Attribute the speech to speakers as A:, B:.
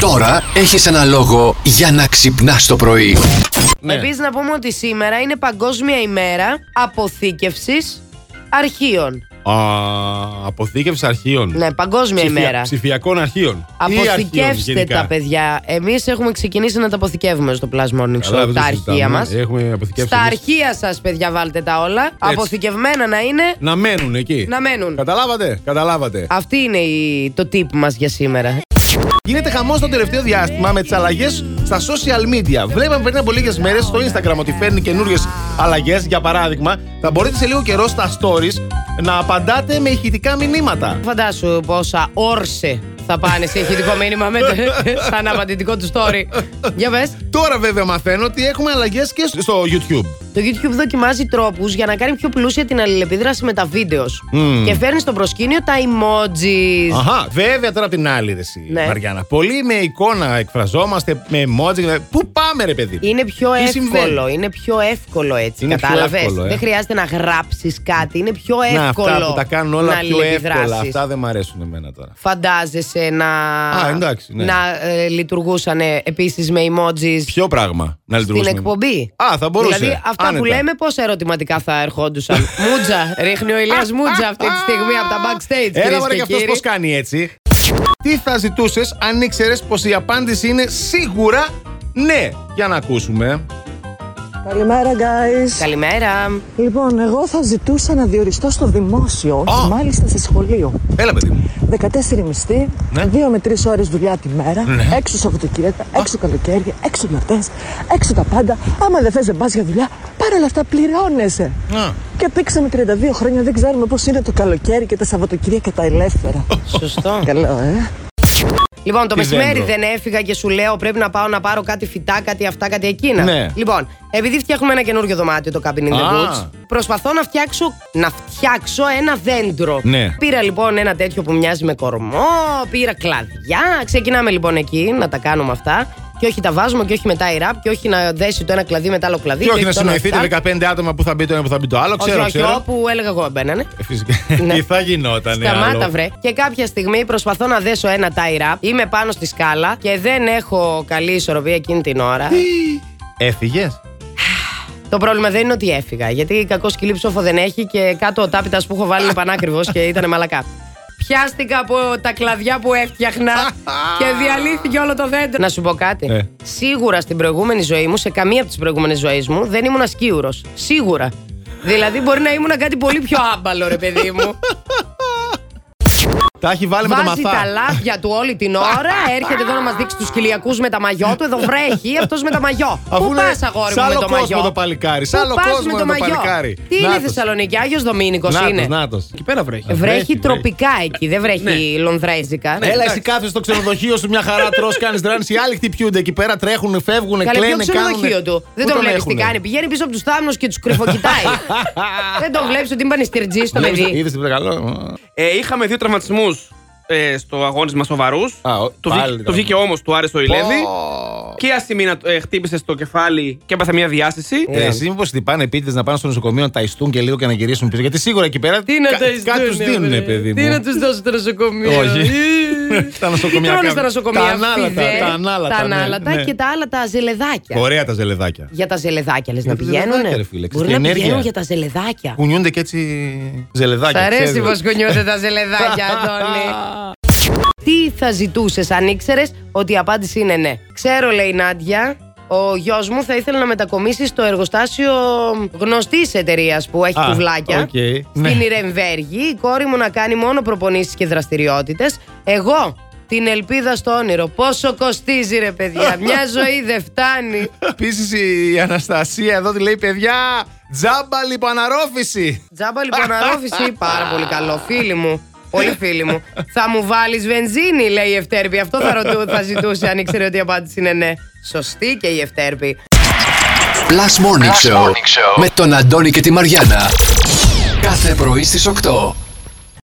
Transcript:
A: Τώρα έχεις ένα λόγο για να ξυπνάς το πρωί.
B: Ναι.
C: Επίση, να πούμε ότι σήμερα είναι Παγκόσμια ημέρα αποθήκευσης αρχείων.
B: Α, αποθήκευσης αρχείων.
C: Ναι, Παγκόσμια
B: Ψηφια-
C: ημέρα.
B: Ψηφιακών αρχείων. Ή αρχείων
C: Αποθηκεύστε
B: γενικά.
C: τα παιδιά. Εμείς έχουμε ξεκινήσει να τα αποθηκεύουμε στο Plus Morning
B: Καλά,
C: Show,
B: δεν το
C: τα αρχεία
B: συζητάμε.
C: μα.
D: Ναι,
B: Έχουμε αποθηκεύσει.
C: Στα
B: εμείς.
C: αρχεία σας, παιδιά, βάλτε τα όλα. Αποθηκευμένα να είναι,
B: Να μένουν εκεί.
C: να μένουν.
B: Καταλάβατε, καταλάβατε.
C: Αυτή είναι η, το tip μας για σήμερα.
D: Γίνεται χαμός το τελευταίο διάστημα με τις αλλαγές στα social media. Βλέπαμε πριν από λίγες μέρες στο Instagram ότι φέρνει καινούριες αλλαγές. Για παράδειγμα, θα μπορείτε σε λίγο καιρό στα stories να απαντάτε με ηχητικά μηνύματα.
C: Φαντάσου πόσα όρσε θα πάνε σε ηχητικό μήνυμα με το, σαν απαντητικό του story. για πες.
D: Τώρα βέβαια μαθαίνω ότι έχουμε αλλαγές και στο.
B: Στο YouTube.
C: Το YouTube δοκιμάζει τρόπους για να κάνει πιο πλούσια την αλληλεπίδραση με τα βίντεος. Και φέρνει στο προσκήνιο τα emojis.
D: Αχα, βέβαια τώρα απ' την άλλη, ρε, εσύ,
C: Ναι.
D: Μαριάννα. Πολύ με εικόνα εκφραζόμαστε, με emoji. δηλαδή, Πού πάμε, ρε παιδί.
C: Είναι πιο
D: Τι
C: εύκολο,
D: συμβαίνει?
C: είναι πιο εύκολο έτσι.
D: Είναι πιο
C: Κατάλαβες.
D: εύκολο, ε.
C: Δεν χρειάζεται να γράψεις κάτι. Είναι πιο
D: Να,
C: εύκολο.
D: αυτά που τα κάνουν όλα
C: να
D: πιο εύκολα.
C: αλληλεπιδράσεις.
D: Αυτά δεν μ' αρέσουν εμένα τώρα.
C: Φαντάζεσαι να,
D: Α, εντάξει, ναι.
C: να ε, λειτουργούσαν επίσης με emojis
D: Ποιο πράγμα να
C: στην
D: λειτουργήσουμε.
C: εκπομπή.
D: Α, θα μπορούσε.
C: Δηλαδή αυτά που
D: Άνετα.
C: λέμε, πόσα ερωτηματικά θα ερχόντουσαν. Μούτζα, ρίχνει ο Ηλίας Μούτζα αυτή τη στιγμή από τα backstage.
D: Έλα,
C: κυρίες
D: μωρέ,
C: και
D: και αυτός
C: κύριοι.
D: πώς κάνει έτσι. Τι θα ζητούσες αν ήξερες πως η απάντηση είναι σίγουρα ναι. Για να ακούσουμε.
E: Καλημέρα, guys.
C: Καλημέρα.
E: Λοιπόν, εγώ θα ζητούσα να διοριστώ στο δημόσιο,
D: Α.
E: μάλιστα σε σχολείο.
D: Έλα, παιδί μου.
E: 14 μισθή, 2 με 3 ώρες δουλειά τη μέρα, έξω Σαββατοκύριακα, έξω καλοκαίρια, έξω γιορτές, έξω τα πάντα. Άμα δεν θες δεν πας για δουλειά, παρά όλα αυτά πληρώνεσαι. Και πήξαμε 32 χρόνια, δεν ξέρουμε πώς είναι το καλοκαίρι και τα Σαββατοκύριακα τα ελεύθερα.
C: Σωστό.
E: Καλό, ε.
C: Λοιπόν, το
D: Τι
C: μεσημέρι
D: δέντρο.
C: δεν έφυγα και σου λέω πρέπει να πάω να πάρω κάτι φυτά, κάτι αυτά, κάτι εκείνα.
D: Ναι.
C: Λοιπόν, επειδή φτιάχνουμε ένα καινούριο δωμάτιο, το Cabin in the
D: Α.
C: Woods, προσπαθώ να φτιάξω, να φτιάξω ένα δέντρο.
D: Ναι.
C: Πήρα λοιπόν ένα τέτοιο που μοιάζει με κορμό, πήρα κλαδιά. Ξεκινάμε λοιπόν εκεί να τα κάνουμε αυτά. Και όχι τα βάζουμε και όχι μετά η ραπ και όχι να δέσει το ένα κλαδί μετά άλλο κλαδί.
D: Και όχι να
C: το ένα αυτά.
D: συνοηθείτε 15 άτομα που θα μπει το ένα που θα μπει το άλλο.
C: Όχι,
D: Ξέρω,
C: όχι,
D: ξέρω.
C: όπου έλεγα εγώ μπαίνανε.
D: Ε, Φυσικά.
C: Ναι.
D: Τι θα γινότανε.
C: Σταμάτα,
D: άλλο.
C: βρε. Και κάποια στιγμή προσπαθώ να δέσω ένα tie-wrap. Είμαι πάνω στη σκάλα και δεν έχω καλή ισορροπία εκείνη την ώρα.
D: Έφυγες.
C: Το πρόβλημα δεν είναι ότι έφυγα, γιατί κακό σκυλί ψόφο δεν έχει και κάτω ο τάπητας που έχω βάλει είναι πανάκριβος και ήταν μαλακά. Πιάστηκα από τα κλαδιά που έφτιαχνα και διαλύθηκε όλο το δέντρο. Να σου πω κάτι.
D: Ε.
C: Σίγουρα στην προηγούμενη ζωή μου, σε καμία από τις προηγούμενες ζωές μου, δεν ήμουν σκύουρο. Σίγουρα. Δηλαδή μπορεί να ήμουν κάτι πολύ πιο άμπαλο, ρε παιδί μου.
D: Τα έχει βάλει με το
C: Βάζει
D: μαθά.
C: τα λάδια του όλη την ώρα, έρχεται εδώ να μας δείξει τους κοιλιακού με τα μαγιό του. Εδώ βρέχει αυτός με τα μαγιό. Πού
D: είναι
C: πας, αγόρι
D: σ'
C: μου, με
D: άλλο
C: το
D: κόσμο
C: μαγιό.
D: το παλικάρι, σ'
C: Πού
D: άλλο
C: πας
D: κόσμο είναι το
C: μαγιό?
D: παλικάρι.
C: Τι είναι η
D: Νάτος.
C: Θεσσαλονίκη, Άγιος Δομήνικος είναι.
D: Νάτος, νάτος.
F: Εκεί πέρα βρέχει.
C: Βρέχει τροπικά εκεί, δεν
D: Ναι.
C: βρέχει λονδρέζικα.
D: Έλα, εσύ κάθεσαι στο ξενοδοχείο σου μια χαρά, τρώ, κάνεις ράνι. Οι άλλοι χτυπιούνται εκεί πέρα, τρέχουν, φεύγουν,
C: Καλή ποιο
D: κλαίνε, κάνουν.
C: ξενοδοχείο του. Δεν
D: Πού
C: τον
D: τον
C: βλέπεις τι
D: έχουνε?
C: κάνει. Πηγαίνει πίσω από τους θάμνους και τους κρυφοκοιτάει. Δεν τον βλέπεις ότι είναι πανιστηρτζή στο
D: Βλέπεις-
C: παιδί.
D: Είδες τι καλό.
C: Ναι.
F: Ε, είχαμε δύο τραυματισμούς ε, στο αγώνισμα σοβαρού.
D: Α, ο-
F: Το,
D: πάλι
F: βγήκε- το
D: τραυμα-
F: βγήκε όμως του Άρη στο Ηλέδη. Και η Ασημίνα ε, χτύπησε στο κεφάλι και έπαθε μια διάσηση.
D: Ε, εσύ μήπως χτυπάνε επίτηδες να πάνε στο νοσοκομείο να ταϊστούν και λίγο και να γυρίσουν πίσω. Γιατί σίγουρα εκεί πέρα
C: Τι να τα
D: κάτι του
C: εισδούνε, βρε.
D: δίνουν, παιδί μου.
C: Τι να τους δώσω στο νοσοκομείο.
D: Όχι. Τα νοσοκομεία
C: δηλαδή? Τι τρώνε στα
D: κάνουν.
C: νοσοκομεία.
D: Τα ανάλατα,
C: φιδέ,
D: τα ανάλατα,
C: τα
D: ναι,
C: ανάλατα
D: ναι.
C: και τα άλλα τα ζελεδάκια.
D: Ωραία τα ζελεδάκια.
C: Για τα ζελεδάκια λες να
D: τα ζελεδάκια,
C: πηγαίνουν.
D: ρε φίλε,
C: Μπορεί
D: στην
C: να
D: ενέργεια.
C: πηγαίνουν για τα ζελεδάκια.
D: Κουνιούνται και έτσι ζελεδάκια.
C: Σ' αρέσει
D: ξέρεις. δηλαδή.
C: πως κουνιούνται τα ζελεδάκια, Αντώνη. Τι θα ζητούσες αν ήξερες ότι η απάντηση είναι ναι. Ξέρω, λέει η Νάντια, ο γιος μου θα ήθελε να μετακομίσει στο εργοστάσιο γνωστής εταιρείας που έχει
D: Α,
C: κουβλάκια.
D: οκ, ναι.
C: Στην Ιρεμβέργη, η κόρη μου να κάνει μόνο προπονήσεις και δραστηριότητες. Εγώ την ελπίδα στο όνειρο. Πόσο κοστίζει, ρε παιδιά. Μια ζωή δεν φτάνει.
D: Επίσης η Αναστασία εδώ τη λέει: Παιδιά, τζάμπα λιπαναρόφηση.
C: Τζάμπα λοιπόν αρρώφηση, πάρα πολύ καλό. Φίλη μου, πολύ φίλη μου. θα μου βάλεις βενζίνη, λέει η Ευτέρπη. Αυτό θα, ρωτού, θα ζητούσε αν ήξερε ότι η απάντηση είναι ναι. Σωστή και η Ευτέρπη.
A: Plus Morning, Show, με τον Αντώνη και τη Μαριάνα. Κάθε πρωί στις 8.